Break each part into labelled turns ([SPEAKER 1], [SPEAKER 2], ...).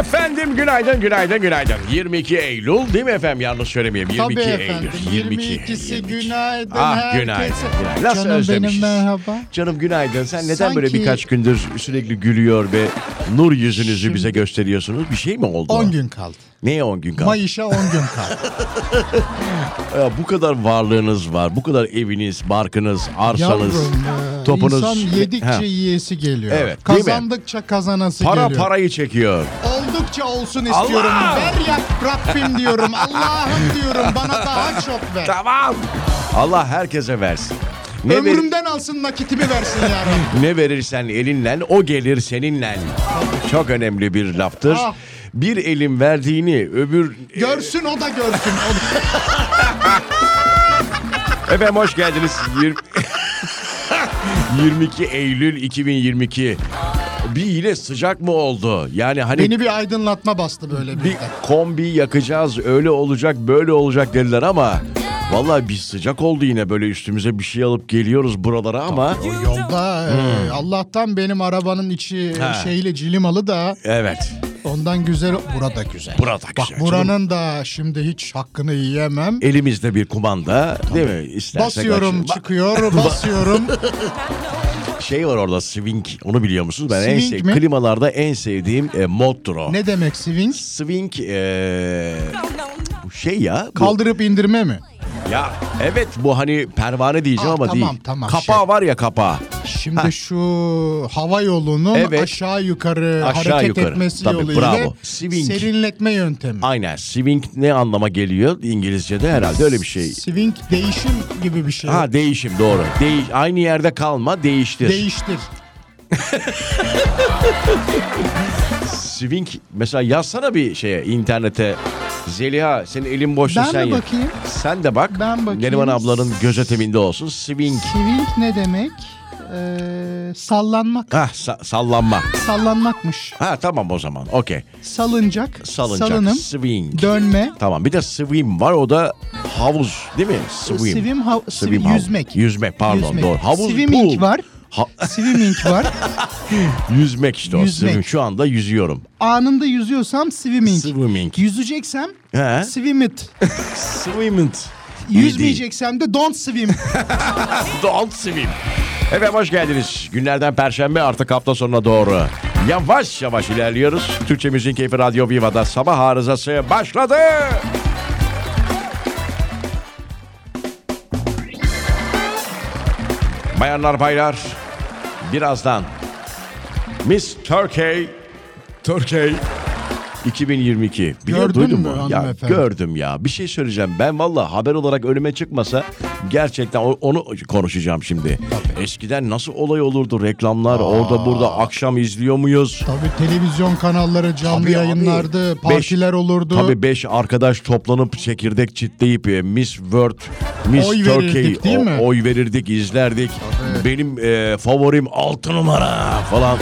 [SPEAKER 1] Efendim günaydın, günaydın, günaydın. 22 Eylül değil mi efendim? Yanlış söylemeyeyim. 22
[SPEAKER 2] Tabii
[SPEAKER 1] Eylül.
[SPEAKER 2] efendim. 22'si günaydın
[SPEAKER 1] Ah
[SPEAKER 2] herkese.
[SPEAKER 1] günaydın. günaydın. Nasıl
[SPEAKER 2] Canım
[SPEAKER 1] özlemişiz?
[SPEAKER 2] benim merhaba.
[SPEAKER 1] Canım günaydın. Sen neden
[SPEAKER 2] Sanki-
[SPEAKER 1] böyle birkaç gündür sürekli gülüyor ve nur yüzünüzü bize gösteriyorsunuz? Bir şey mi oldu?
[SPEAKER 2] 10 gün kaldı.
[SPEAKER 1] Neye 10 gün kaldı?
[SPEAKER 2] Mayış'a 10 gün kaldı.
[SPEAKER 1] Ya bu kadar varlığınız var. Bu kadar eviniz, barkınız, arsanız,
[SPEAKER 2] Yavrum e,
[SPEAKER 1] topunuz.
[SPEAKER 2] insan yedikçe
[SPEAKER 1] Ha.
[SPEAKER 2] yiyesi geliyor.
[SPEAKER 1] Evet, değil mi?
[SPEAKER 2] Kazandıkça kazanası
[SPEAKER 1] Para
[SPEAKER 2] geliyor.
[SPEAKER 1] parayı çekiyor.
[SPEAKER 2] Oldukça olsun istiyorum.
[SPEAKER 1] Allah!
[SPEAKER 2] Ver ya Rabbim diyorum. Allah'ım diyorum. Bana daha çok ver.
[SPEAKER 1] Tamam. Allah herkese versin. Ne, ver-
[SPEAKER 2] Ömrümden alsın nakitimi versin ya Rabbim.
[SPEAKER 1] ne verirsen elinle o gelir seninle. Çok önemli bir laftır.
[SPEAKER 2] Ah.
[SPEAKER 1] Bir elin verdiğini öbür...
[SPEAKER 2] Görsün o da görsün. O da-
[SPEAKER 1] Efendim hoş geldiniz. Yir- 22 Eylül 2022. Bir yine sıcak mı oldu? Yani hani
[SPEAKER 2] Beni bir aydınlatma bastı böyle bir.
[SPEAKER 1] bir kombi yakacağız öyle olacak böyle olacak dediler ama vallahi bir sıcak oldu yine böyle üstümüze bir şey alıp geliyoruz buralara ama
[SPEAKER 2] Yolda e, Allah'tan benim arabanın içi e,
[SPEAKER 1] Ha.
[SPEAKER 2] şeyle cilimalı da
[SPEAKER 1] evet
[SPEAKER 2] Ondan güzel burada güzel.
[SPEAKER 1] burada
[SPEAKER 2] Bak
[SPEAKER 1] güzel.
[SPEAKER 2] buranın da şimdi hiç hakkını yiyemem.
[SPEAKER 1] elimizde bir kumanda değil mi? İstersek
[SPEAKER 2] Basıyorum
[SPEAKER 1] açın. Bak,
[SPEAKER 2] çıkıyor basıyorum.
[SPEAKER 1] Şey var orada swing onu biliyor musunuz? Ben en
[SPEAKER 2] Swing
[SPEAKER 1] sev-
[SPEAKER 2] mi?
[SPEAKER 1] klimalarda en sevdiğim e, moddur o.
[SPEAKER 2] ne demek swing?
[SPEAKER 1] Swing e, bu şey ya. bu-
[SPEAKER 2] Kaldırıp indirme mi?
[SPEAKER 1] Ya evet bu hani pervane diyeceğim
[SPEAKER 2] Ah,
[SPEAKER 1] ama
[SPEAKER 2] tamam,
[SPEAKER 1] değil.
[SPEAKER 2] tamam,
[SPEAKER 1] kapağı
[SPEAKER 2] şey.
[SPEAKER 1] var ya kapağı.
[SPEAKER 2] Şimdi şu hava yolunun
[SPEAKER 1] Evet.
[SPEAKER 2] aşağı yukarı
[SPEAKER 1] Aşağı
[SPEAKER 2] hareket
[SPEAKER 1] yukarı.
[SPEAKER 2] etmesi
[SPEAKER 1] Tabii,
[SPEAKER 2] yoluyla
[SPEAKER 1] bravo. Swing.
[SPEAKER 2] serinletme yöntemi.
[SPEAKER 1] Aynen swing ne anlama geliyor İngilizce'de herhalde öyle bir şey.
[SPEAKER 2] Swing değişim gibi bir şey.
[SPEAKER 1] Ha değişim doğru. Değiş, aynı yerde kalma değiştir.
[SPEAKER 2] Değiştir.
[SPEAKER 1] swing mesela yazsana bir şeye internete. Zeliha senin elin boşsa
[SPEAKER 2] Ben
[SPEAKER 1] sen
[SPEAKER 2] mi
[SPEAKER 1] yaz.
[SPEAKER 2] bakayım?
[SPEAKER 1] Sen de bak.
[SPEAKER 2] Ben bakayım.
[SPEAKER 1] Neriman ablanın gözetiminde olsun. Swing.
[SPEAKER 2] Swing ne demek? Ee, sallanmak.
[SPEAKER 1] Ha sa- sallanma.
[SPEAKER 2] Sallanmakmış.
[SPEAKER 1] Ha tamam o zaman. Okey.
[SPEAKER 2] Salınacak.
[SPEAKER 1] Salınacak.
[SPEAKER 2] Salınım.
[SPEAKER 1] Swing.
[SPEAKER 2] Dönme.
[SPEAKER 1] Tamam bir de swim var o da havuz değil mi? Swim.
[SPEAKER 2] Swim, hav- swim,
[SPEAKER 1] hav-
[SPEAKER 2] yüzmek.
[SPEAKER 1] Yüzmek pardon
[SPEAKER 2] Yüzmek.
[SPEAKER 1] doğru. Havuz
[SPEAKER 2] Swimming
[SPEAKER 1] pool.
[SPEAKER 2] var.
[SPEAKER 1] Ha-
[SPEAKER 2] Swimming var.
[SPEAKER 1] yüzmek işte o.
[SPEAKER 2] Yüzmek.
[SPEAKER 1] Swim. Şu anda yüzüyorum.
[SPEAKER 2] Anında yüzüyorsam swimming.
[SPEAKER 1] Swimming.
[SPEAKER 2] Yüzeceksem
[SPEAKER 1] He.
[SPEAKER 2] swim it.
[SPEAKER 1] Swimming.
[SPEAKER 2] Yüzmeyeceksem de don't swim.
[SPEAKER 1] Don't swim. Efendim hoş geldiniz. Günlerden perşembe artık hafta sonuna doğru. Yavaş yavaş ilerliyoruz. Türkçe Müziğin Keyfi Radyo Viva'da sabah arızası başladı. Bayanlar baylar birazdan Miss Turkey Turkey 2022. Biliyor,
[SPEAKER 2] Gördün
[SPEAKER 1] duydun
[SPEAKER 2] mü
[SPEAKER 1] Ya,
[SPEAKER 2] hanımefendi?
[SPEAKER 1] gördüm ya. Bir şey söyleyeceğim. Ben valla haber olarak önüme çıkmasa gerçekten o- onu konuşacağım şimdi. Eskiden nasıl olay olurdu? Reklamlar orada burada akşam izliyor muyuz?
[SPEAKER 2] Tabii televizyon kanalları canlı
[SPEAKER 1] Tabii abi.
[SPEAKER 2] yayınlardı.
[SPEAKER 1] Beş-
[SPEAKER 2] partiler olurdu.
[SPEAKER 1] Tabii beş arkadaş toplanıp çekirdek çitleyip e, Miss World, Miss
[SPEAKER 2] Oy
[SPEAKER 1] Turkey
[SPEAKER 2] verirdik, değil
[SPEAKER 1] o-
[SPEAKER 2] mi?
[SPEAKER 1] oy verirdik, izlerdik. Benim e, favorim 6 numara falan.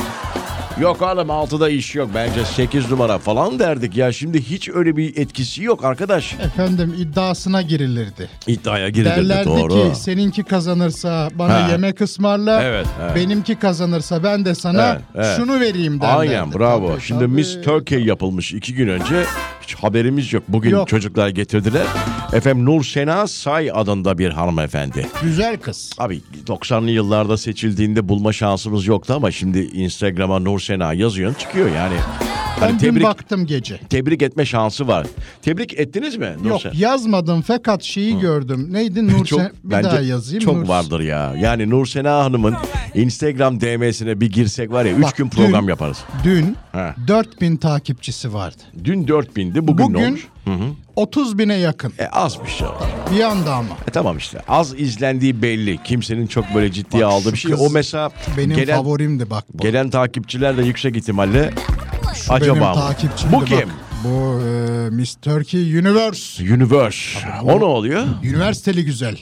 [SPEAKER 1] Yok oğlum 6'da iş yok bence 8 numara falan derdik ya şimdi hiç öyle bir etkisi yok arkadaş.
[SPEAKER 2] Efendim iddiasına girilirdi.
[SPEAKER 1] İddiaya girilirdi
[SPEAKER 2] Derlerdi
[SPEAKER 1] doğru.
[SPEAKER 2] ki seninki kazanırsa bana
[SPEAKER 1] Ha.
[SPEAKER 2] yemek ısmarla.
[SPEAKER 1] Evet, evet.
[SPEAKER 2] Benimki kazanırsa ben de sana
[SPEAKER 1] Evet, evet.
[SPEAKER 2] şunu vereyim derlerdi.
[SPEAKER 1] Aynen bravo.
[SPEAKER 2] Tabii,
[SPEAKER 1] Şimdi
[SPEAKER 2] tabii.
[SPEAKER 1] Miss Turkey yapılmış iki gün önce. Hiç haberimiz yok. Bugün
[SPEAKER 2] Yok.
[SPEAKER 1] çocuklar getirdiler. Efendim Nur Sena Say adında bir hanımefendi.
[SPEAKER 2] Güzel kız.
[SPEAKER 1] Abi 90'lı yıllarda seçildiğinde bulma şansımız yoktu ama şimdi Instagram'a Nur Sena yazıyorsun çıkıyor yani. Hani
[SPEAKER 2] Ben dün
[SPEAKER 1] tebrik
[SPEAKER 2] baktım gece.
[SPEAKER 1] tebrik etme şansı var. Tebrik ettiniz mi Nur
[SPEAKER 2] Yok
[SPEAKER 1] Sena?
[SPEAKER 2] yazmadım fakat şeyi gördüm. Neydi Nur
[SPEAKER 1] şey. Çok
[SPEAKER 2] Sen- Bir
[SPEAKER 1] bence
[SPEAKER 2] daha yazayım.
[SPEAKER 1] çok
[SPEAKER 2] Nur-
[SPEAKER 1] vardır ya. Yani Nur Sena Hanım'ın Instagram DM'sine bir girsek var ya 3
[SPEAKER 2] Bak,
[SPEAKER 1] gün program
[SPEAKER 2] dün-
[SPEAKER 1] yaparız.
[SPEAKER 2] Dün
[SPEAKER 1] Ha. 4000
[SPEAKER 2] 4000 takipçisi vardı.
[SPEAKER 1] Dün 4000'di bugün, ne
[SPEAKER 2] Bugün
[SPEAKER 1] olmuş?
[SPEAKER 2] 30 bine yakın.
[SPEAKER 1] E, azmış ya.
[SPEAKER 2] Bir anda ama.
[SPEAKER 1] E tamam işte az izlendiği belli. Kimsenin çok böyle ciddiye
[SPEAKER 2] Bak
[SPEAKER 1] aldığı
[SPEAKER 2] şu
[SPEAKER 1] bir şey.
[SPEAKER 2] kız
[SPEAKER 1] O mesela
[SPEAKER 2] Benim
[SPEAKER 1] gelen,
[SPEAKER 2] favorimdi bak bu.
[SPEAKER 1] gelen takipçiler de yüksek ihtimalle
[SPEAKER 2] Şu
[SPEAKER 1] acaba
[SPEAKER 2] benim
[SPEAKER 1] mı?
[SPEAKER 2] takipçimdi
[SPEAKER 1] Bu kim?
[SPEAKER 2] Bak. Bu e, Miss Turkey Universe.
[SPEAKER 1] Universe. O ne oluyor?
[SPEAKER 2] Üniversiteli güzel.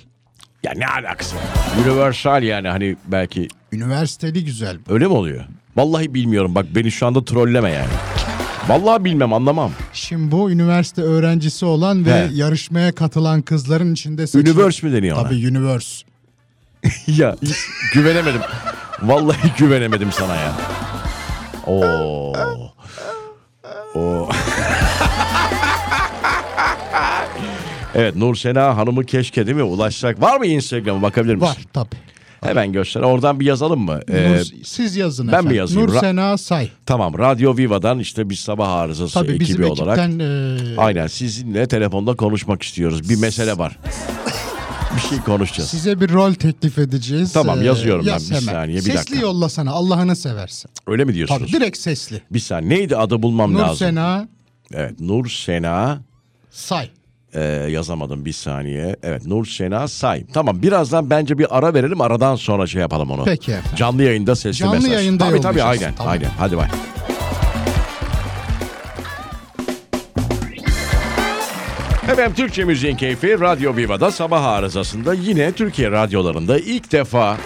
[SPEAKER 1] Ya ne alakası var? Universal yani hani belki
[SPEAKER 2] Üniversiteli güzel.
[SPEAKER 1] öyle mi oluyor? Vallahi bilmiyorum bak beni şu anda trolleme yani. Vallahi bilmem anlamam.
[SPEAKER 2] Şimdi bu üniversite öğrencisi olan ve
[SPEAKER 1] He.
[SPEAKER 2] yarışmaya katılan kızların içinde seçilen...
[SPEAKER 1] Universe mi deniyor ona?
[SPEAKER 2] Tabii Universe.
[SPEAKER 1] ya hiç güvenemedim. Vallahi güvenemedim sana ya. Oo. Oo. Evet Nur Sena Hanım'ı keşke değil mi ulaşsak. Var mı Instagram'a bakabilir misin?
[SPEAKER 2] Var tabii.
[SPEAKER 1] Hemen göster. Oradan bir yazalım mı? Ee,
[SPEAKER 2] Nur- siz yazın
[SPEAKER 1] ben mi
[SPEAKER 2] efendim.
[SPEAKER 1] yazayım?
[SPEAKER 2] Nur
[SPEAKER 1] Ra-
[SPEAKER 2] Sena Say.
[SPEAKER 1] tamam Radyo Viva'dan işte bir sabah arızası
[SPEAKER 2] Tabii
[SPEAKER 1] Şey, ekibi
[SPEAKER 2] bizim
[SPEAKER 1] olarak.
[SPEAKER 2] ekipten e,
[SPEAKER 1] Aynen sizinle telefonda konuşmak istiyoruz. Bir mesele var. bir şey konuşacağız.
[SPEAKER 2] size bir rol teklif edeceğiz.
[SPEAKER 1] Tamam,
[SPEAKER 2] E,
[SPEAKER 1] yazıyorum ben. Bir
[SPEAKER 2] hemen.
[SPEAKER 1] saniye, bir
[SPEAKER 2] sesli
[SPEAKER 1] dakika.
[SPEAKER 2] yolla sana Allah'ını seversen.
[SPEAKER 1] Öyle mi
[SPEAKER 2] Tabii
[SPEAKER 1] diyorsunuz?
[SPEAKER 2] direkt sesli.
[SPEAKER 1] Bir saniye neydi adı bulmam
[SPEAKER 2] Nur
[SPEAKER 1] lazım.
[SPEAKER 2] Sena
[SPEAKER 1] Evet Nur Sena
[SPEAKER 2] Say.
[SPEAKER 1] Ee, yazamadım bir saniye. Evet Nur Sena Say. Tamam birazdan bence bir ara verelim aradan sonra şey yapalım onu.
[SPEAKER 2] Peki efendim.
[SPEAKER 1] Canlı yayında sesli
[SPEAKER 2] Canlı
[SPEAKER 1] mesaj.
[SPEAKER 2] yayında
[SPEAKER 1] tabii tabii
[SPEAKER 2] yollayacağız.
[SPEAKER 1] aynen
[SPEAKER 2] Tamam.
[SPEAKER 1] aynen hadi bay. Efendim Türkçe Müziğin Keyfi Radyo Viva'da sabah arızasında yine Türkiye radyolarında ilk defa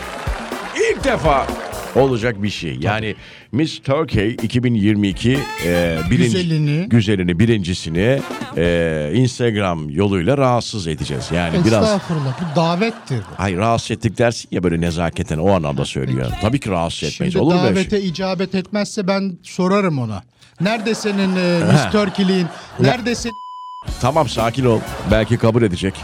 [SPEAKER 1] ilk defa olacak bir şey. Yani Miss Turkey 2022 e, birinci,
[SPEAKER 2] Güzelini.
[SPEAKER 1] güzelini birincisini e, Instagram yoluyla rahatsız edeceğiz. Yani biraz
[SPEAKER 2] Estağfurullah. Bu davettir. bu.
[SPEAKER 1] Hayır rahatsız ettik dersin ya böyle nezaketen o anlamda söylüyor. Tabii ki rahatsız etmeyiz
[SPEAKER 2] Şimdi
[SPEAKER 1] olur mu öyle
[SPEAKER 2] davete
[SPEAKER 1] şey?
[SPEAKER 2] icabet etmezse ben sorarım ona. Nerede senin e, Miss Turkey'liğin? Nerede senin
[SPEAKER 1] Tamam sakin ol belki kabul edecek.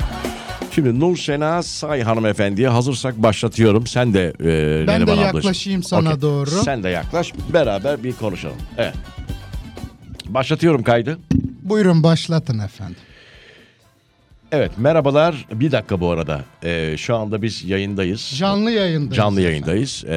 [SPEAKER 1] Şimdi Nur Sena Say hanımefendiye hazırsak başlatıyorum. Sen de e,
[SPEAKER 2] Ben de
[SPEAKER 1] Neriman ablacığım.
[SPEAKER 2] yaklaşayım sana
[SPEAKER 1] Okey.
[SPEAKER 2] doğru.
[SPEAKER 1] Sen de yaklaş beraber bir konuşalım. Evet. Başlatıyorum kaydı.
[SPEAKER 2] Buyurun başlatın efendim.
[SPEAKER 1] Evet merhabalar. Bir dakika bu arada. E, şu anda biz yayındayız.
[SPEAKER 2] Canlı yayında.
[SPEAKER 1] Canlı yayındayız. E,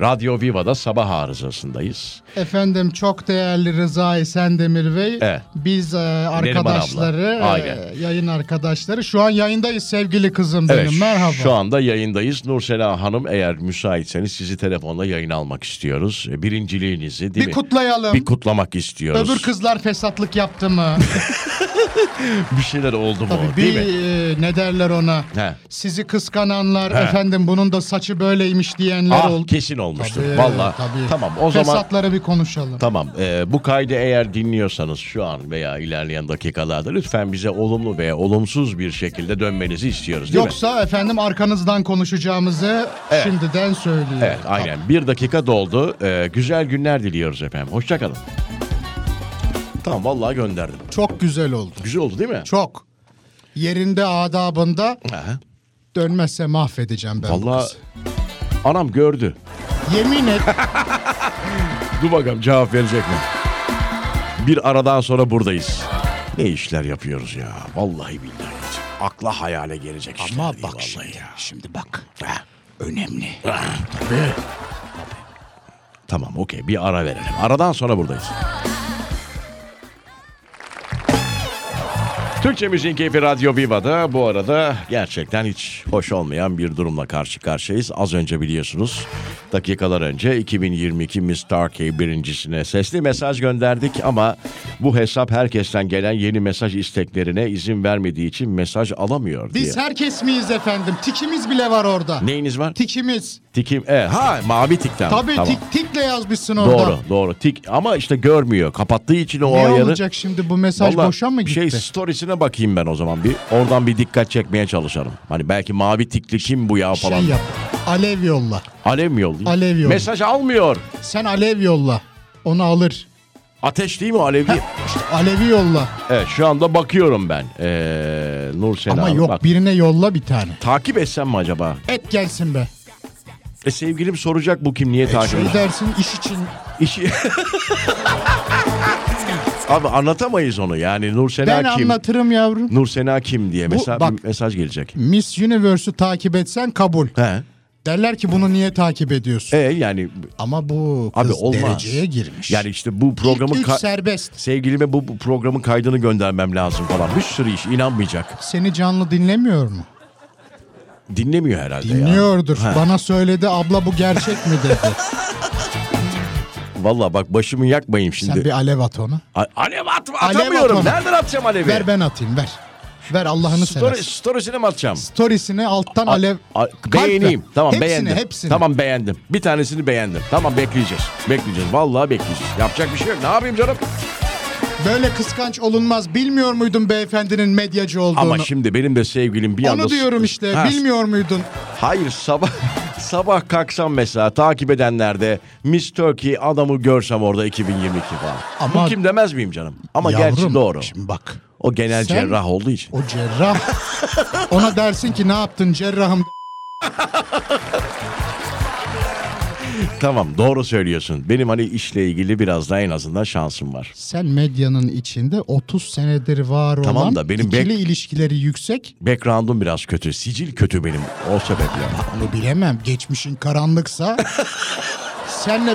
[SPEAKER 1] Radyo Viva'da sabah arızasındayız.
[SPEAKER 2] Efendim çok değerli Rıza Esendemir Bey.
[SPEAKER 1] Evet.
[SPEAKER 2] Biz e,
[SPEAKER 1] Neriman
[SPEAKER 2] arkadaşları,
[SPEAKER 1] abla. Aynen.
[SPEAKER 2] e, yayın arkadaşları. Şu an yayındayız sevgili kızım benim.
[SPEAKER 1] Evet,
[SPEAKER 2] Merhaba.
[SPEAKER 1] Şu anda yayındayız. Nursela Hanım eğer müsaitseniz sizi telefonla yayına almak istiyoruz. E, Birinciliğinizi değil
[SPEAKER 2] bir
[SPEAKER 1] mi?
[SPEAKER 2] kutlayalım.
[SPEAKER 1] bir kutlamak istiyoruz.
[SPEAKER 2] Öbür kızlar fesatlık yaptı mı?
[SPEAKER 1] bir şeyler oldu mu?
[SPEAKER 2] Tabii
[SPEAKER 1] değil
[SPEAKER 2] bir
[SPEAKER 1] mi?
[SPEAKER 2] e, ne derler ona?
[SPEAKER 1] He.
[SPEAKER 2] Sizi kıskananlar,
[SPEAKER 1] He.
[SPEAKER 2] efendim bunun da saçı böyleymiş diyenler
[SPEAKER 1] Ah,
[SPEAKER 2] oldu.
[SPEAKER 1] kesin olmuştur.
[SPEAKER 2] Tabii,
[SPEAKER 1] Vallahi.
[SPEAKER 2] tabii.
[SPEAKER 1] Tamam o zaman
[SPEAKER 2] Fesatları bir konuşalım.
[SPEAKER 1] Tamam. e, bu kaydı eğer dinliyorsanız şu an veya ilerleyen dakikalarda lütfen bize olumlu veya olumsuz bir şekilde dönmenizi istiyoruz değil mi?
[SPEAKER 2] Yoksa efendim arkanızdan konuşacağımızı
[SPEAKER 1] Evet.
[SPEAKER 2] şimdiden söyleyeyim.
[SPEAKER 1] Evet aynen. Bir dakika doldu. Ee, güzel günler diliyoruz efendim. Hoşçakalın. Tamam vallahi gönderdim.
[SPEAKER 2] Çok güzel oldu.
[SPEAKER 1] Güzel oldu değil mi?
[SPEAKER 2] Çok. Yerinde adabında
[SPEAKER 1] Aha.
[SPEAKER 2] dönmezse mahvedeceğim ben bu
[SPEAKER 1] Vallahi
[SPEAKER 2] kızı.
[SPEAKER 1] anam gördü.
[SPEAKER 2] Yemin et
[SPEAKER 1] Dur bakalım cevap verecek mi? Bir aradan sonra buradayız. Ne işler yapıyoruz ya. Vallahi billahi. Akla hayale gelecek işler
[SPEAKER 2] Ama
[SPEAKER 1] değil
[SPEAKER 2] bak
[SPEAKER 1] vallahi
[SPEAKER 2] şimdi,
[SPEAKER 1] ya.
[SPEAKER 2] şimdi bak.
[SPEAKER 1] Ha,
[SPEAKER 2] Önemli.
[SPEAKER 1] Tamam okey bir ara verelim. Aradan sonra buradayız. Türkçe Müziğin Keyfi Radyo Viva'da bu arada gerçekten hiç hoş olmayan bir durumla karşı karşıyayız. Az önce biliyorsunuz dakikalar önce 2022 Miss Turkey birincisine sesli mesaj gönderdik ama bu hesap herkesten gelen yeni mesaj isteklerine izin vermediği için mesaj alamıyor diye.
[SPEAKER 2] Biz herkes miyiz efendim? Tikimiz bile var orada.
[SPEAKER 1] Neyiniz var?
[SPEAKER 2] Tikimiz.
[SPEAKER 1] Tikim. E, ha mavi tikten.
[SPEAKER 2] Tabii
[SPEAKER 1] Tamam.
[SPEAKER 2] tik tikle yazmışsın orada.
[SPEAKER 1] Doğru doğru. Tik ama işte görmüyor. Kapattığı için o
[SPEAKER 2] Ne
[SPEAKER 1] ayarı.
[SPEAKER 2] olacak şimdi bu mesaj
[SPEAKER 1] Vallahi
[SPEAKER 2] boşa mı gitti?
[SPEAKER 1] Şey storiesine bakayım ben o zaman bir. Oradan bir dikkat çekmeye çalışalım. Hani belki mavi tikli kim bu ya
[SPEAKER 2] Şey
[SPEAKER 1] falan.
[SPEAKER 2] yap. Alev yolla.
[SPEAKER 1] Alev mi yollayayım?
[SPEAKER 2] Alev yolla.
[SPEAKER 1] Mesaj almıyor.
[SPEAKER 2] Sen alev yolla. Onu alır.
[SPEAKER 1] Ateş değil mi alevi?
[SPEAKER 2] İşte alevi yolla.
[SPEAKER 1] Evet şu anda bakıyorum ben. Ee, Nur Sena
[SPEAKER 2] Ama
[SPEAKER 1] Hanım,
[SPEAKER 2] yok
[SPEAKER 1] bak.
[SPEAKER 2] birine yolla bir tane.
[SPEAKER 1] Takip etsem mi acaba?
[SPEAKER 2] Et gelsin be.
[SPEAKER 1] E sevgilim soracak bu kim niye takip
[SPEAKER 2] Şey
[SPEAKER 1] ediyor?
[SPEAKER 2] dersin iş için
[SPEAKER 1] İşi... Abi anlatamayız onu yani Nur Sena
[SPEAKER 2] Ben
[SPEAKER 1] kim?
[SPEAKER 2] anlatırım yavrum.
[SPEAKER 1] Nur Sena kim diye mesela
[SPEAKER 2] bak-
[SPEAKER 1] mesaj gelecek.
[SPEAKER 2] Miss Universe'u takip etsen kabul.
[SPEAKER 1] He.
[SPEAKER 2] Derler ki bunu niye takip ediyorsun?
[SPEAKER 1] E yani
[SPEAKER 2] Ama bu kız
[SPEAKER 1] Abi olmaz.
[SPEAKER 2] dereceye girmiş.
[SPEAKER 1] yani işte bu programın
[SPEAKER 2] İlk üç
[SPEAKER 1] ka-
[SPEAKER 2] serbest.
[SPEAKER 1] sevgilime bu, bu programın kaydını göndermem lazım falan. Bir sürü iş inanmayacak.
[SPEAKER 2] Seni canlı dinlemiyor mu?
[SPEAKER 1] Dinlemiyor herhalde E ya.
[SPEAKER 2] Dinliyordur. Bana söyledi abla bu gerçek mi dedi.
[SPEAKER 1] Valla bak başımı yakmayayım şimdi.
[SPEAKER 2] Sen bir alev at ona.
[SPEAKER 1] A- alev atma
[SPEAKER 2] Alev
[SPEAKER 1] atamıyorum.
[SPEAKER 2] atma.
[SPEAKER 1] Nereden atacağım alevi?
[SPEAKER 2] Ver ben atayım ver. Ver Allah'ını
[SPEAKER 1] Story,
[SPEAKER 2] seversen.
[SPEAKER 1] storiesine mi atacağım?
[SPEAKER 2] Storiesini alttan alev...
[SPEAKER 1] A- a-
[SPEAKER 2] Kalp ver.
[SPEAKER 1] beğeneyim. Tamam
[SPEAKER 2] hepsini,
[SPEAKER 1] beğendim.
[SPEAKER 2] Hepsini
[SPEAKER 1] Tamam beğendim. Bir tanesini beğendim. Tamam bekleyeceğiz. Bekleyeceğiz. Vallahi bekleyeceğiz. Yapacak bir şey yok. Ne yapayım canım?
[SPEAKER 2] Böyle kıskanç olunmaz. Bilmiyor muydun beyefendinin medyacı olduğunu?
[SPEAKER 1] Ama şimdi benim de sevgilim bir anda...
[SPEAKER 2] Onu diyorum işte.
[SPEAKER 1] Ha,
[SPEAKER 2] Bilmiyor muydun?
[SPEAKER 1] Hayır sabah sabah kalksam mesela takip edenlerde Miss Turkey adamı görsem orada 2022 falan.
[SPEAKER 2] Ama-
[SPEAKER 1] Bu kim demez miyim canım? Ama
[SPEAKER 2] Yavrum,
[SPEAKER 1] gerçi doğru.
[SPEAKER 2] Şimdi bak.
[SPEAKER 1] O genel
[SPEAKER 2] Sen-
[SPEAKER 1] cerrah olduğu için.
[SPEAKER 2] O cerrah. Ona dersin ki ne yaptın cerrahım.
[SPEAKER 1] Tamam doğru söylüyorsun. Benim hani işle ilgili biraz daha en azından şansım var.
[SPEAKER 2] Sen medyanın içinde 30 senedir var olan
[SPEAKER 1] Tamam da benim
[SPEAKER 2] ikili
[SPEAKER 1] bek-
[SPEAKER 2] ilişkileri yüksek.
[SPEAKER 1] Background'um biraz kötü. Sicil kötü benim o sebeple.
[SPEAKER 2] Onu bilemem. Geçmişin karanlıksa senle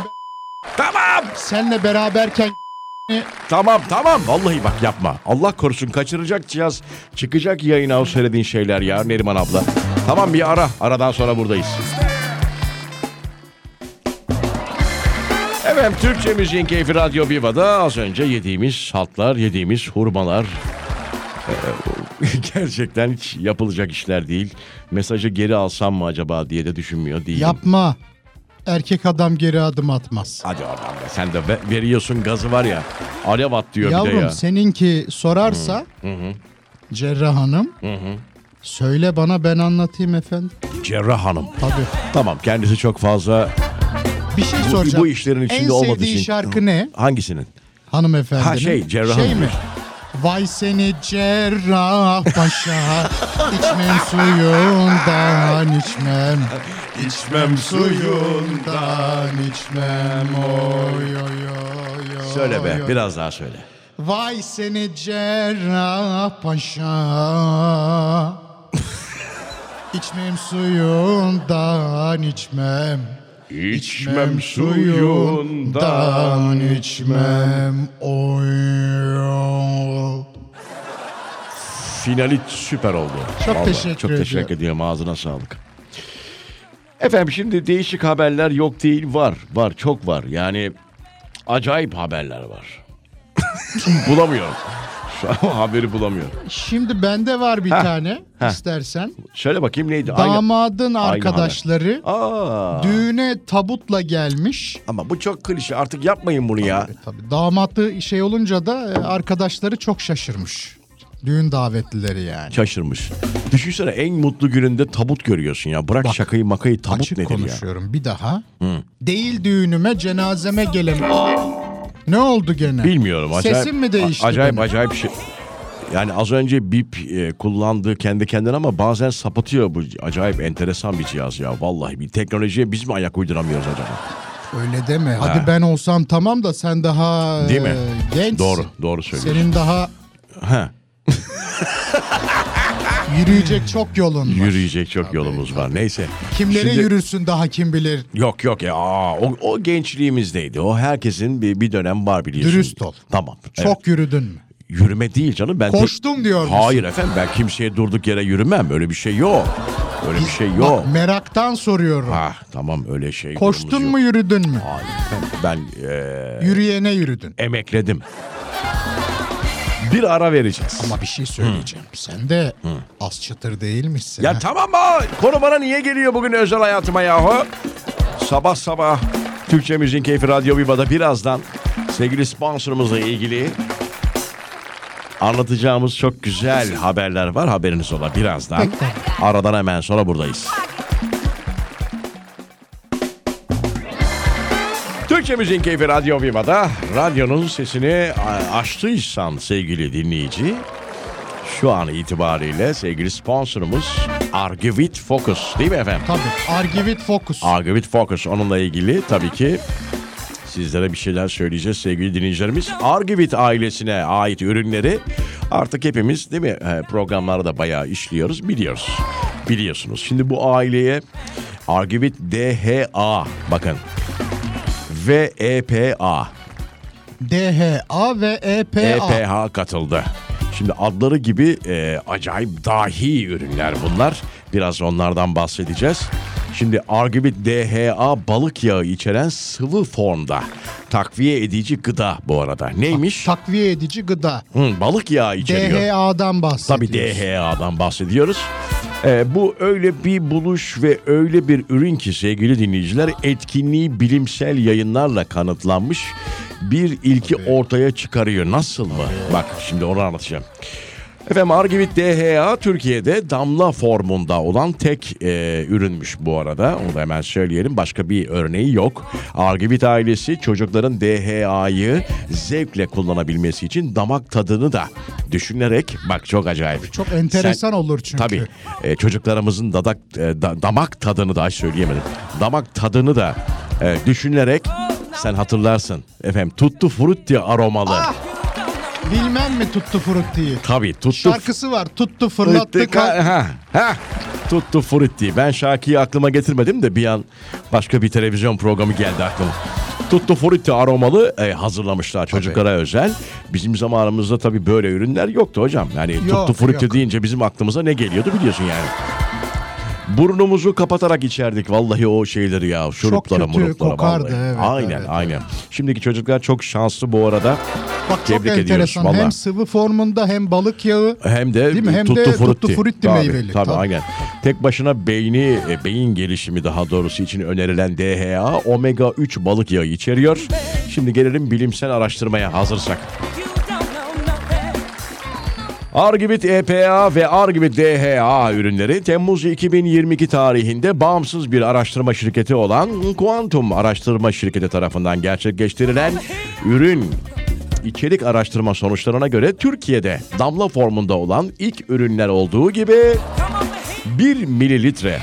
[SPEAKER 1] tamam
[SPEAKER 2] senle beraberken
[SPEAKER 1] tamam tamam. Vallahi bak yapma. Allah korusun kaçıracak cihaz. Çıkacak yayına o söylediğin şeyler ya Neriman abla. Tamam bir ara. Aradan sonra buradayız. Efendim Türkçe Müziğin Keyfi Radyo Viva'da az önce yediğimiz haltlar, yediğimiz hurmalar, e, Gerçekten hiç yapılacak işler değil. Mesajı geri alsam mı acaba diye de düşünmüyor değilim.
[SPEAKER 2] yapma. Erkek adam geri adım atmaz.
[SPEAKER 1] Hadi oradan be. Sen de ve- veriyorsun gazı var ya. Alev at diyor bir de
[SPEAKER 2] Yavrum
[SPEAKER 1] ya.
[SPEAKER 2] seninki sorarsa cerrah hanım söyle bana ben anlatayım efendim.
[SPEAKER 1] Cerrah Hanım.
[SPEAKER 2] Tabii.
[SPEAKER 1] Tamam kendisi çok fazla
[SPEAKER 2] Bir şey
[SPEAKER 1] bu,
[SPEAKER 2] soracağım.
[SPEAKER 1] bu işlerin içinde
[SPEAKER 2] en
[SPEAKER 1] olmadığı
[SPEAKER 2] sevdiği
[SPEAKER 1] için.
[SPEAKER 2] şarkı ne
[SPEAKER 1] Hangisinin?
[SPEAKER 2] hanımefendinin?
[SPEAKER 1] Ha, şey, cerrah
[SPEAKER 2] Şey
[SPEAKER 1] hanım.
[SPEAKER 2] mi? Vay seni cerrah paşa içmem suyundan içmem.
[SPEAKER 1] İçmem
[SPEAKER 2] Suyundan içmem oy oy oy oy.
[SPEAKER 1] Söyle be
[SPEAKER 2] oy.
[SPEAKER 1] biraz daha söyle.
[SPEAKER 2] Vay seni cerrah paşa. içmem suyundan içmem. İçmem suyundan içmem oy.
[SPEAKER 1] Finali süper oldu.
[SPEAKER 2] Çok teşekkür
[SPEAKER 1] Çok teşekkür
[SPEAKER 2] ediyorum.
[SPEAKER 1] ediyorum. Ağzına sağlık. Efendim şimdi değişik haberler yok değil var. Var çok var. Yani acayip haberler var. bulamıyorum. Şu an haberi bulamıyorum.
[SPEAKER 2] Şimdi bende var bir
[SPEAKER 1] Heh,
[SPEAKER 2] tane
[SPEAKER 1] heh.
[SPEAKER 2] istersen.
[SPEAKER 1] Şöyle bakayım neydi? Aynı-
[SPEAKER 2] Damadın
[SPEAKER 1] Aynı
[SPEAKER 2] arkadaşları
[SPEAKER 1] Aa,
[SPEAKER 2] düğüne tabutla gelmiş.
[SPEAKER 1] ama bu çok klişe. Artık yapmayın bunu ya.
[SPEAKER 2] Tabii damatı şey olunca da e, arkadaşları çok şaşırmış. Düğün davetlileri yani.
[SPEAKER 1] Şaşırmış. Düşünsene en mutlu gününde tabut görüyorsun ya. Bırak şakayı makayı tabut
[SPEAKER 2] Açık
[SPEAKER 1] nedir ya?
[SPEAKER 2] konuşuyorum bir daha. Değil düğünüme cenazeme gelemem. Ne oldu gene?
[SPEAKER 1] Bilmiyorum. Acayip,
[SPEAKER 2] Sesim mi değişti?
[SPEAKER 1] a- Acayip
[SPEAKER 2] benim?
[SPEAKER 1] acayip şey. Yani az önce bip e, kullandığı kendi kendine ama bazen sapıtıyor bu acayip enteresan bir cihaz ya. Vallahi bir teknolojiye biz mi ayak uyduramıyoruz acaba?
[SPEAKER 2] Öyle deme. Hadi ben olsam tamam da sen daha
[SPEAKER 1] Değil mi?
[SPEAKER 2] e, gençsin.
[SPEAKER 1] Doğru, doğru söylüyorsun.
[SPEAKER 2] Senin daha
[SPEAKER 1] Ha,
[SPEAKER 2] yürüyecek çok yolun var.
[SPEAKER 1] yürüyecek çok yolumuz var. Neyse.
[SPEAKER 2] Kimlere
[SPEAKER 1] Şimdi-
[SPEAKER 2] yürürsün daha kim bilir.
[SPEAKER 1] Yok yok ya. Aa, o, o gençliğimizdeydi. O herkesin bir, bir dönem var biliyorsun.
[SPEAKER 2] Dürüst ol.
[SPEAKER 1] Tamam.
[SPEAKER 2] Çok
[SPEAKER 1] evet.
[SPEAKER 2] yürüdün mü?
[SPEAKER 1] Yürüme değil canım. Ben tek-
[SPEAKER 2] Koştum diyor musun?
[SPEAKER 1] Hayır efendim ben kimseye durduk yere yürümem. Öyle bir şey yok. Öyle bir şey yok.
[SPEAKER 2] Bak meraktan soruyorum.
[SPEAKER 1] Ha tamam öyle şey.
[SPEAKER 2] Koştun
[SPEAKER 1] durumumuz
[SPEAKER 2] mu yürüdün mü?
[SPEAKER 1] yok. Hayır efendim ben eee,
[SPEAKER 2] Yürüyene yürüdün.
[SPEAKER 1] emekledim. Bir ara vereceğiz.
[SPEAKER 2] Ama bir şey söyleyeceğim. Sen de az çıtır değilmişsin.
[SPEAKER 1] Ya
[SPEAKER 2] ha.
[SPEAKER 1] tamam mı? Konu bana niye geliyor bugün özel hayatıma yahu? Sabah sabah Türkçe Müziğin Keyfi Radyo Viva'da birazdan sevgili sponsorumuzla ilgili anlatacağımız çok güzel haberler var. Haberiniz ola birazdan.
[SPEAKER 2] Peki.
[SPEAKER 1] Aradan hemen sonra buradayız. Türkçe Müziğin Keyfi Radyo Viva'da radyonun sesini a- açtıysan sevgili dinleyici şu an itibariyle sevgili sponsorumuz Argivit Focus değil mi efendim?
[SPEAKER 2] Tabii. Argivit Focus.
[SPEAKER 1] Argivit Focus onunla ilgili tabii ki sizlere bir şeyler söyleyeceğiz sevgili dinleyicilerimiz. Argivit ailesine ait ürünleri artık hepimiz değil mi e, programlarda da bayağı işliyoruz biliyoruz. Biliyorsunuz. Şimdi bu aileye Argivit DHA bakın E ve EPA
[SPEAKER 2] DHA ve E EPA.
[SPEAKER 1] EPH katıldı. Şimdi adları gibi e, acayip dahi ürünler bunlar. Biraz onlardan bahsedeceğiz. Şimdi Argivit DHA balık yağı içeren sıvı formda. Takviye edici gıda bu arada. Neymiş?
[SPEAKER 2] Takviye edici gıda.
[SPEAKER 1] Hı, balık yağı içeriyor. Tabii
[SPEAKER 2] DHA'dan bahsediyoruz.
[SPEAKER 1] DHA'dan bahsediyoruz. Ee, bu öyle bir buluş ve öyle bir ürün ki sevgili dinleyiciler etkinliği bilimsel yayınlarla kanıtlanmış bir ilki ortaya çıkarıyor. Nasıl mı? Bak şimdi onu anlatacağım. Efendim Argivit DHA Türkiye'de damla formunda olan tek e, ürünmüş bu arada. Onu da hemen söyleyelim. Başka bir örneği yok. Argivit ailesi çocukların DHA'yı zevkle kullanabilmesi için damak tadını da düşünerek bak çok acayip.
[SPEAKER 2] Çok enteresan
[SPEAKER 1] Sen-
[SPEAKER 2] olur çünkü.
[SPEAKER 1] Tabii. E, çocuklarımızın dadak e, da- damak tadını da ay söyleyemedim. Damak tadını da e, düşünerek sen hatırlarsın. Efendim tuttu frutti aromalı.
[SPEAKER 2] Ah! Bilmem mi tuttu fruttiyi?
[SPEAKER 1] Tabii tuttu
[SPEAKER 2] Şarkısı var. Tuttu
[SPEAKER 1] Frutti
[SPEAKER 2] fırlattı.
[SPEAKER 1] ka-
[SPEAKER 2] kal-
[SPEAKER 1] ha, ha. Tuttu Frutti. Ben Şaki'yi aklıma getirmedim de bir an başka bir televizyon programı geldi aklıma. Tuttu Frutti aromalı e, hazırlamışlar çocuklara özel. Bizim zamanımızda tabii böyle ürünler yoktu hocam. Yani Tuttu Frutti
[SPEAKER 2] yok.
[SPEAKER 1] deyince bizim aklımıza ne geliyordu biliyorsun yani. Burnumuzu kapatarak içerdik vallahi o şeyleri ya. Şuruplara,
[SPEAKER 2] kötü
[SPEAKER 1] muruplara
[SPEAKER 2] kokardı,
[SPEAKER 1] vallahi.
[SPEAKER 2] evet,
[SPEAKER 1] aynen
[SPEAKER 2] evet,
[SPEAKER 1] aynen. Şimdiki çocuklar çok şanslı bu arada.
[SPEAKER 2] Bak çok
[SPEAKER 1] Tebrik ediyoruz,
[SPEAKER 2] enteresan.
[SPEAKER 1] vallahi.
[SPEAKER 2] Hem sıvı formunda hem balık yağı.
[SPEAKER 1] Hem de
[SPEAKER 2] Değil mi? Hem
[SPEAKER 1] tuttu
[SPEAKER 2] de
[SPEAKER 1] frutti.
[SPEAKER 2] tuttu frutti
[SPEAKER 1] Tabii,
[SPEAKER 2] meyveli.
[SPEAKER 1] Tabii,
[SPEAKER 2] Tabii.
[SPEAKER 1] aynen. Tek başına beyni, e, beyin gelişimi daha doğrusu için önerilen DHA omega 3 balık yağı içeriyor. Şimdi gelelim bilimsel araştırmaya hazırsak.
[SPEAKER 3] You don't know nothing.
[SPEAKER 1] Argivit EPA ve Argivit DHA ürünleri Temmuz 2022 tarihinde bağımsız bir araştırma şirketi olan Quantum Araştırma Şirketi tarafından gerçekleştirilen ürün içerik araştırma sonuçlarına göre Türkiye'de damla formunda olan ilk ürünler olduğu gibi
[SPEAKER 3] Come on, the heat.
[SPEAKER 1] 1 mililitre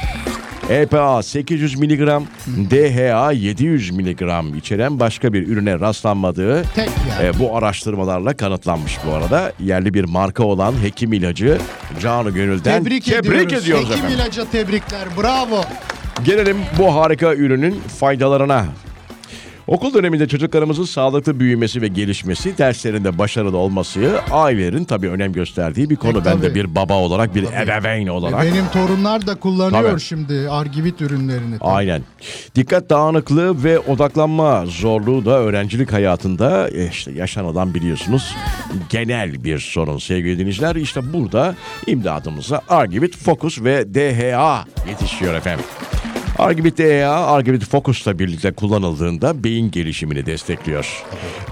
[SPEAKER 1] E EPA 800 mg, DHA 700 mg içeren başka bir ürüne rastlanmadığı
[SPEAKER 2] Tek yani.
[SPEAKER 1] e, bu araştırmalarla kanıtlanmış bu arada. Yerli bir marka olan hekim ilacı canı gönülden
[SPEAKER 2] Tebrik, ediyoruz.
[SPEAKER 1] ediyoruz
[SPEAKER 2] Hekim
[SPEAKER 1] efendim.
[SPEAKER 2] ilaca tebrikler. Bravo.
[SPEAKER 1] Gelelim bu harika ürünün faydalarına. Okul döneminde çocuklarımızın sağlıklı büyümesi ve gelişmesi, derslerinde başarılı olması ailelerin tabii önem gösterdiği bir konu.
[SPEAKER 2] E,
[SPEAKER 1] ben de
[SPEAKER 2] tabii.
[SPEAKER 1] bir baba olarak, bir ebeveyn olarak.
[SPEAKER 2] E, Benim torunlar da kullanıyor
[SPEAKER 1] Tabii.
[SPEAKER 2] şimdi Argivit ürünlerini.
[SPEAKER 1] Aynen. Dikkat dağınıklığı ve odaklanma zorluğu da öğrencilik hayatında e, işte yaşanılan biliyorsunuz genel bir sorun sevgili dinleyiciler. İşte burada imdadımıza Argivit Focus ve DHA yetişiyor efendim. Argivit DHA, Argivit Focus'la birlikte kullanıldığında beyin gelişimini destekliyor.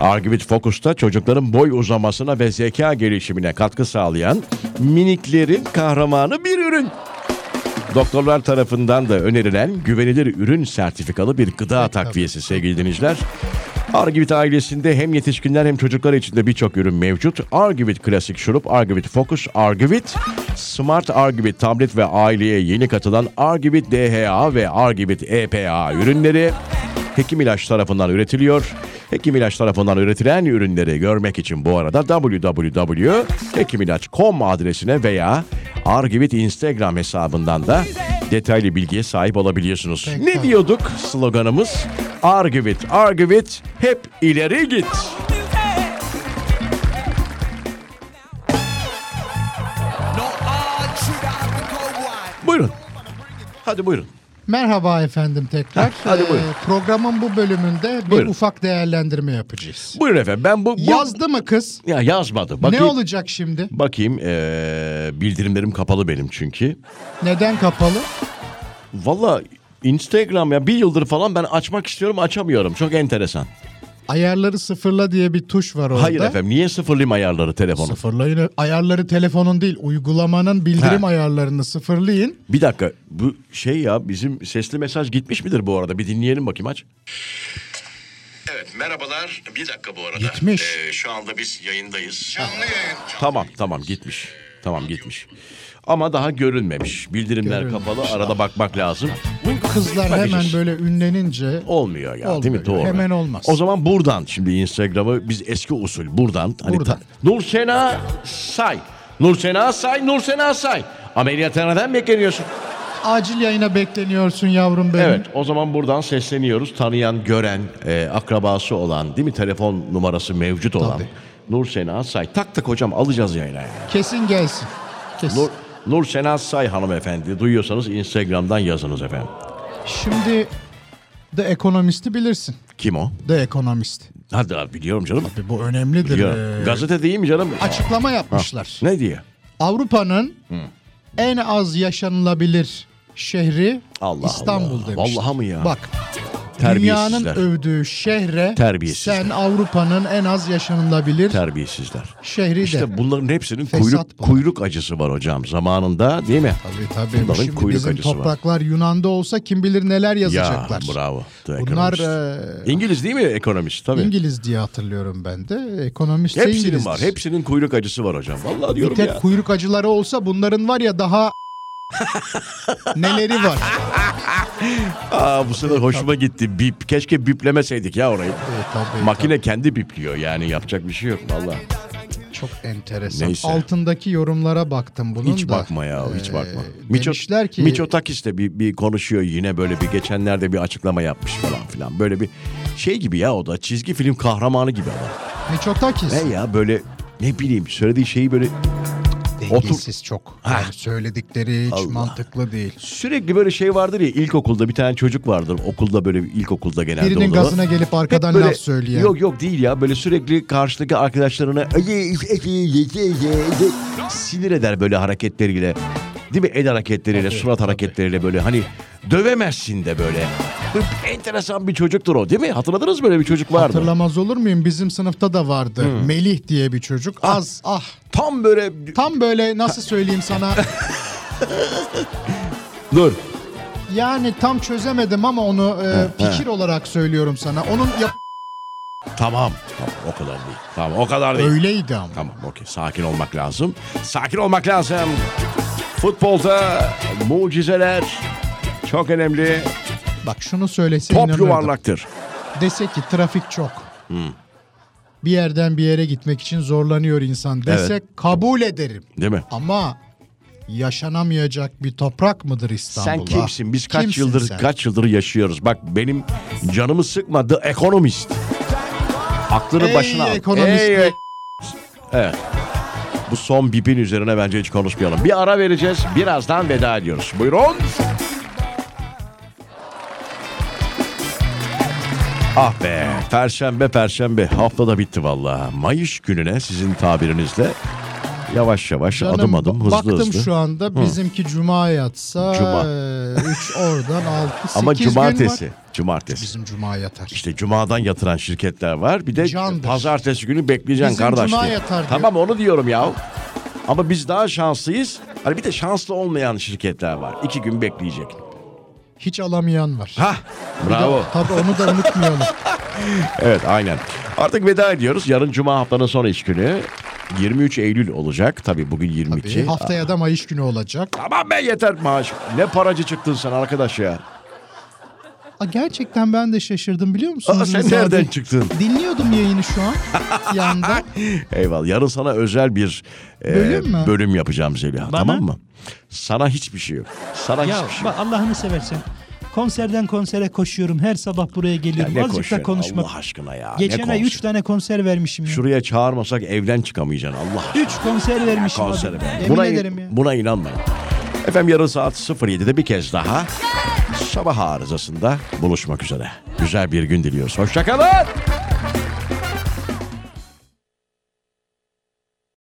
[SPEAKER 1] Argivit Focus'ta çocukların boy uzamasına ve zeka gelişimine katkı sağlayan miniklerin kahramanı bir ürün. Doktorlar tarafından da önerilen güvenilir ürün sertifikalı bir gıda takviyesi sevgili dinleyiciler. Argivit ailesinde hem yetişkinler hem çocuklar için de birçok ürün mevcut. Argivit Klasik Şurup, Argivit Focus, Argivit, Smart Argivit Tablet ve aileye yeni katılan Argivit DHA ve Argivit EPA ürünleri Hekim İlaç tarafından üretiliyor. Hekim İlaç tarafından üretilen ürünleri görmek için bu arada www.hekimilaç.com adresine veya Argivit Instagram hesabından da detaylı bilgiye sahip olabiliyorsunuz.
[SPEAKER 2] Peki,
[SPEAKER 1] Ne
[SPEAKER 2] tabii.
[SPEAKER 1] diyorduk sloganımız? Argivit, Argivit hep ileri git.
[SPEAKER 3] Music.
[SPEAKER 1] Buyurun. Hadi buyurun.
[SPEAKER 2] Merhaba efendim tekrar. Ee,
[SPEAKER 1] Ha, hadi buyurun.
[SPEAKER 2] programın bu bölümünde bir
[SPEAKER 1] Buyurun.
[SPEAKER 2] ufak değerlendirme yapacağız.
[SPEAKER 1] Buyurun efendim. Ben bu, bu-
[SPEAKER 2] Yazdı mı kız?
[SPEAKER 1] ya yazmadı.
[SPEAKER 2] Ne
[SPEAKER 1] Bakayım.
[SPEAKER 2] olacak şimdi?
[SPEAKER 1] Bakayım ee, bildirimlerim kapalı benim çünkü.
[SPEAKER 2] Neden kapalı?
[SPEAKER 1] Valla Instagram ya bir yıldır falan ben açmak istiyorum açamıyorum. Çok enteresan.
[SPEAKER 2] Ayarları sıfırla diye bir tuş var orada.
[SPEAKER 1] Hayır efendim niye sıfırlayayım ayarları telefonu?
[SPEAKER 2] Sıfırlayın. Ayarları telefonun değil, uygulamanın bildirim
[SPEAKER 1] Ha.
[SPEAKER 2] ayarlarını sıfırlayın.
[SPEAKER 1] Bir dakika bu şey ya bizim sesli mesaj gitmiş midir bu arada? Bir dinleyelim bakayım aç. Evet merhabalar bir dakika bu arada.
[SPEAKER 2] Gitmiş.
[SPEAKER 1] Ee, şu anda biz yayındayız. Ee, Tamam tamam gitmiş. Tamam gitmiş. Ama daha görünmemiş. Bildirimler
[SPEAKER 2] Görünmemiş.
[SPEAKER 1] kapalı arada bakmak lazım.
[SPEAKER 2] Bu kızlar hemen
[SPEAKER 1] Bakacağız.
[SPEAKER 2] böyle ünlenince
[SPEAKER 1] Olmuyor ya değil mi?
[SPEAKER 2] Olmuyor.
[SPEAKER 1] Doğru.
[SPEAKER 2] Hemen olmaz.
[SPEAKER 1] O zaman buradan şimdi Instagram'ı biz eski usul buradan. Hani
[SPEAKER 2] Buradan.
[SPEAKER 1] Nursena Say. Nursena Say, Nursena Say. Ameliyathaneden bekleniyorsun.
[SPEAKER 2] acil yayına bekleniyorsun yavrum benim.
[SPEAKER 1] Evet o zaman buradan sesleniyoruz. Tanıyan, gören, e, akrabası olan değil mi? Telefon numarası mevcut olan.
[SPEAKER 2] Tabii.
[SPEAKER 1] Nursena Say. Tak tak hocam alacağız yayına. yani.
[SPEAKER 2] Kesin gelsin. Kesin.
[SPEAKER 1] Nur, Nursena Say hanımefendi. Duyuyorsanız Instagram'dan yazınız efendim.
[SPEAKER 2] Şimdi The Economist'i bilirsin.
[SPEAKER 1] Kim o?
[SPEAKER 2] The Economist.
[SPEAKER 1] Hadi abi biliyorum canım.
[SPEAKER 2] Ve Bu önemlidir.
[SPEAKER 1] Biliyorum.
[SPEAKER 2] Ee,
[SPEAKER 1] Gazete değil mi canım?
[SPEAKER 2] Açıklama yapmışlar.
[SPEAKER 1] Ne diye?
[SPEAKER 2] Avrupa'nın en az yaşanılabilir şehri
[SPEAKER 1] Allah
[SPEAKER 2] İstanbul
[SPEAKER 1] Allah.
[SPEAKER 2] demişler.
[SPEAKER 1] Vallahi mı ya?
[SPEAKER 2] Bak Dünyanın
[SPEAKER 1] Terbiyesizler.
[SPEAKER 2] övdüğü şehre
[SPEAKER 1] Terbiyesizler.
[SPEAKER 2] sen Avrupa'nın en az yaşanılabilir
[SPEAKER 1] Terbiyesizler.
[SPEAKER 2] şehri de.
[SPEAKER 1] İşte bunların hepsinin
[SPEAKER 2] Fesat
[SPEAKER 1] kuyruk,
[SPEAKER 2] bunlar.
[SPEAKER 1] kuyruk acısı var hocam zamanında değil mi?
[SPEAKER 2] Tabii tabii.
[SPEAKER 1] Bunların
[SPEAKER 2] Şimdi
[SPEAKER 1] kuyruk
[SPEAKER 2] bizim
[SPEAKER 1] acısı var.
[SPEAKER 2] topraklar Yunan'da olsa kim bilir neler
[SPEAKER 1] Ya
[SPEAKER 2] yazacaklar.
[SPEAKER 1] bravo.
[SPEAKER 2] Bunlar
[SPEAKER 1] Ekonomist.
[SPEAKER 2] e,
[SPEAKER 1] İngiliz değil mi ekonomist? Tabii.
[SPEAKER 2] İngiliz diye hatırlıyorum ben de. Ekonomist de
[SPEAKER 1] Hepsinin
[SPEAKER 2] İngiliz.
[SPEAKER 1] var. Hepsinin kuyruk acısı var hocam. Vallahi
[SPEAKER 2] Bir
[SPEAKER 1] diyorum
[SPEAKER 2] tek
[SPEAKER 1] ya.
[SPEAKER 2] kuyruk acıları olsa bunların var ya daha neleri var.
[SPEAKER 1] Aa, bu sefer hoşuma gitti. Bip. Keşke biplemeseydik ya orayı.
[SPEAKER 2] E, tabii,
[SPEAKER 1] Makine kendi bipliyor yani yapacak bir şey yok valla.
[SPEAKER 2] tabii. Çok enteresan.
[SPEAKER 1] Neyse.
[SPEAKER 2] Altındaki yorumlara baktım bunun
[SPEAKER 1] Hiç
[SPEAKER 2] da.
[SPEAKER 1] bakma ya hiç
[SPEAKER 2] E,
[SPEAKER 1] bakma.
[SPEAKER 2] demişler ki
[SPEAKER 1] Miçotakis de bir, bir konuşuyor yine böyle bir geçenlerde bir açıklama yapmış falan filan. Böyle bir şey gibi ya o da çizgi film kahramanı gibi adam.
[SPEAKER 2] Miçotakis.
[SPEAKER 1] Ne ya böyle ne bileyim söylediği şeyi böyle
[SPEAKER 2] Dengesiz çok.
[SPEAKER 1] Ha.
[SPEAKER 2] Yani söyledikleri hiç
[SPEAKER 1] Allah.
[SPEAKER 2] mantıklı değil.
[SPEAKER 1] sürekli böyle şey vardır ya ilkokulda bir tane çocuk vardır okulda böyle ilkokulda genelde
[SPEAKER 2] Birinin
[SPEAKER 1] olur o.
[SPEAKER 2] gazına gelip
[SPEAKER 1] Hep
[SPEAKER 2] arkadan
[SPEAKER 1] böyle-
[SPEAKER 2] laf söyleyen.
[SPEAKER 1] Yok yok değil ya böyle sürekli karşıdaki arkadaşlarına sinir eder böyle hareketleriyle. Değil mi? El hareketleriyle, surat hareketleriyle böyle hani dövemezsin de böyle. Böyle enteresan bir çocuktur o değil mi? Hatırladınız mı? böyle bir çocuk vardı.
[SPEAKER 2] Hatırlamaz olur muyum? Bizim sınıfta da vardı.
[SPEAKER 1] Hmm.
[SPEAKER 2] Melih diye bir çocuk. Az ah.
[SPEAKER 1] Tam böyle
[SPEAKER 2] Tam böyle nasıl söyleyeyim sana?
[SPEAKER 1] dur.
[SPEAKER 2] yani tam çözemedim ama onu e, fikir olarak söylüyorum sana. Onun yap-
[SPEAKER 1] Tamam. Tamam o kadar değil. Tamam o kadar değil.
[SPEAKER 2] öyleydi ama.
[SPEAKER 1] Tamam okey sakin olmak lazım. Sakin olmak lazım. Futbolda mucizeler çok önemli.
[SPEAKER 2] Bak şunu söylese
[SPEAKER 1] Top
[SPEAKER 2] inanırdım.
[SPEAKER 1] yuvarlaktır.
[SPEAKER 2] Dese ki trafik çok.
[SPEAKER 1] Hmm.
[SPEAKER 2] Bir yerden bir yere gitmek için zorlanıyor insan dese
[SPEAKER 1] Evet.
[SPEAKER 2] kabul ederim.
[SPEAKER 1] Değil mi?
[SPEAKER 2] Ama yaşanamayacak bir toprak mıdır İstanbul?
[SPEAKER 1] Sen
[SPEAKER 2] ah?
[SPEAKER 1] kimsin? Biz kaç
[SPEAKER 2] Kimsin
[SPEAKER 1] yıldır
[SPEAKER 2] sen?
[SPEAKER 1] kaç yıldır yaşıyoruz. Bak benim canımı sıkmadı ekonomist. Aklını
[SPEAKER 2] Ey
[SPEAKER 1] başına al.
[SPEAKER 2] ekonomist
[SPEAKER 1] Ey
[SPEAKER 2] bey.
[SPEAKER 1] ek- Evet. Bu son bipin üzerine bence hiç konuşmayalım. Bir ara vereceğiz. Birazdan veda ediyoruz. Buyurun. Ah be. Perşembe perşembe. Hafta da bitti vallahi. Mayış gününe sizin tabirinizle yavaş yavaş
[SPEAKER 2] Canım,
[SPEAKER 1] adım adım hızlı
[SPEAKER 2] baktım
[SPEAKER 1] hızlı.
[SPEAKER 2] şu anda bizimki cuma yatsa
[SPEAKER 1] Cuma.
[SPEAKER 2] 3 oradan 6
[SPEAKER 1] Ama
[SPEAKER 2] 8
[SPEAKER 1] cumartesi.
[SPEAKER 2] gün var.
[SPEAKER 1] Cumartesi.
[SPEAKER 2] Bizim cuma yatar.
[SPEAKER 1] İşte cumadan yatıran şirketler var. Bir de
[SPEAKER 2] Candır.
[SPEAKER 1] pazartesi günü bekleyeceksin
[SPEAKER 2] Bizim
[SPEAKER 1] kardeş.
[SPEAKER 2] cuma
[SPEAKER 1] diye.
[SPEAKER 2] yatar diyor.
[SPEAKER 1] Tamam onu diyorum ya. Ama biz daha şanslıyız. Hani bir de şanslı olmayan şirketler var. İki gün bekleyecek.
[SPEAKER 2] Hiç alamayan var.
[SPEAKER 1] Hah bravo.
[SPEAKER 2] Tabii onu da unutmayalım.
[SPEAKER 1] Evet aynen. Artık veda ediyoruz. Yarın cuma haftanın son iş günü. 23 Eylül olacak. Tabii bugün 22.
[SPEAKER 2] Ee, Haftaya da Mayış günü olacak.
[SPEAKER 1] Tamam be yeter maaş. Ne paracı çıktın sen arkadaş ya.
[SPEAKER 2] Aa, gerçekten ben de şaşırdım biliyor musunuz?
[SPEAKER 1] Aa, sen
[SPEAKER 2] Rıza
[SPEAKER 1] nereden
[SPEAKER 2] Bey?
[SPEAKER 1] çıktın?
[SPEAKER 2] Dinliyordum yayını şu an. yanda.
[SPEAKER 1] Eyvallah. Yarın sana özel bir e,
[SPEAKER 2] Bölüm mü?
[SPEAKER 1] bölüm yapacağım Zeliha.
[SPEAKER 4] Bana?
[SPEAKER 1] Tamam mı? Sana hiçbir şey yok. Sana
[SPEAKER 4] Ya
[SPEAKER 1] hiçbir şey yok.
[SPEAKER 4] bak Allah'ını seversen. Konserden konsere koşuyorum. Her sabah buraya
[SPEAKER 1] Ya
[SPEAKER 4] geliyorum.
[SPEAKER 1] ne
[SPEAKER 4] Azıcık da
[SPEAKER 1] konuşuyorsun
[SPEAKER 4] konuşmak.
[SPEAKER 1] Allah aşkına ya.
[SPEAKER 4] Geçen
[SPEAKER 1] ne
[SPEAKER 4] ay 3
[SPEAKER 1] konuşuyorsun?
[SPEAKER 4] tane konser vermişim ya.
[SPEAKER 1] Şuraya çağırmasak evden çıkamayacaksın Allah aşkına.
[SPEAKER 4] 3 konser vermişim
[SPEAKER 1] Konserim.
[SPEAKER 4] abi. Emin
[SPEAKER 1] Buna,
[SPEAKER 4] ederim ya.
[SPEAKER 1] buna inanmayın. Efendim yarın saat 07'de bir kez daha sabah arızasında buluşmak üzere. Güzel bir gün diliyoruz. Hoşçakalın.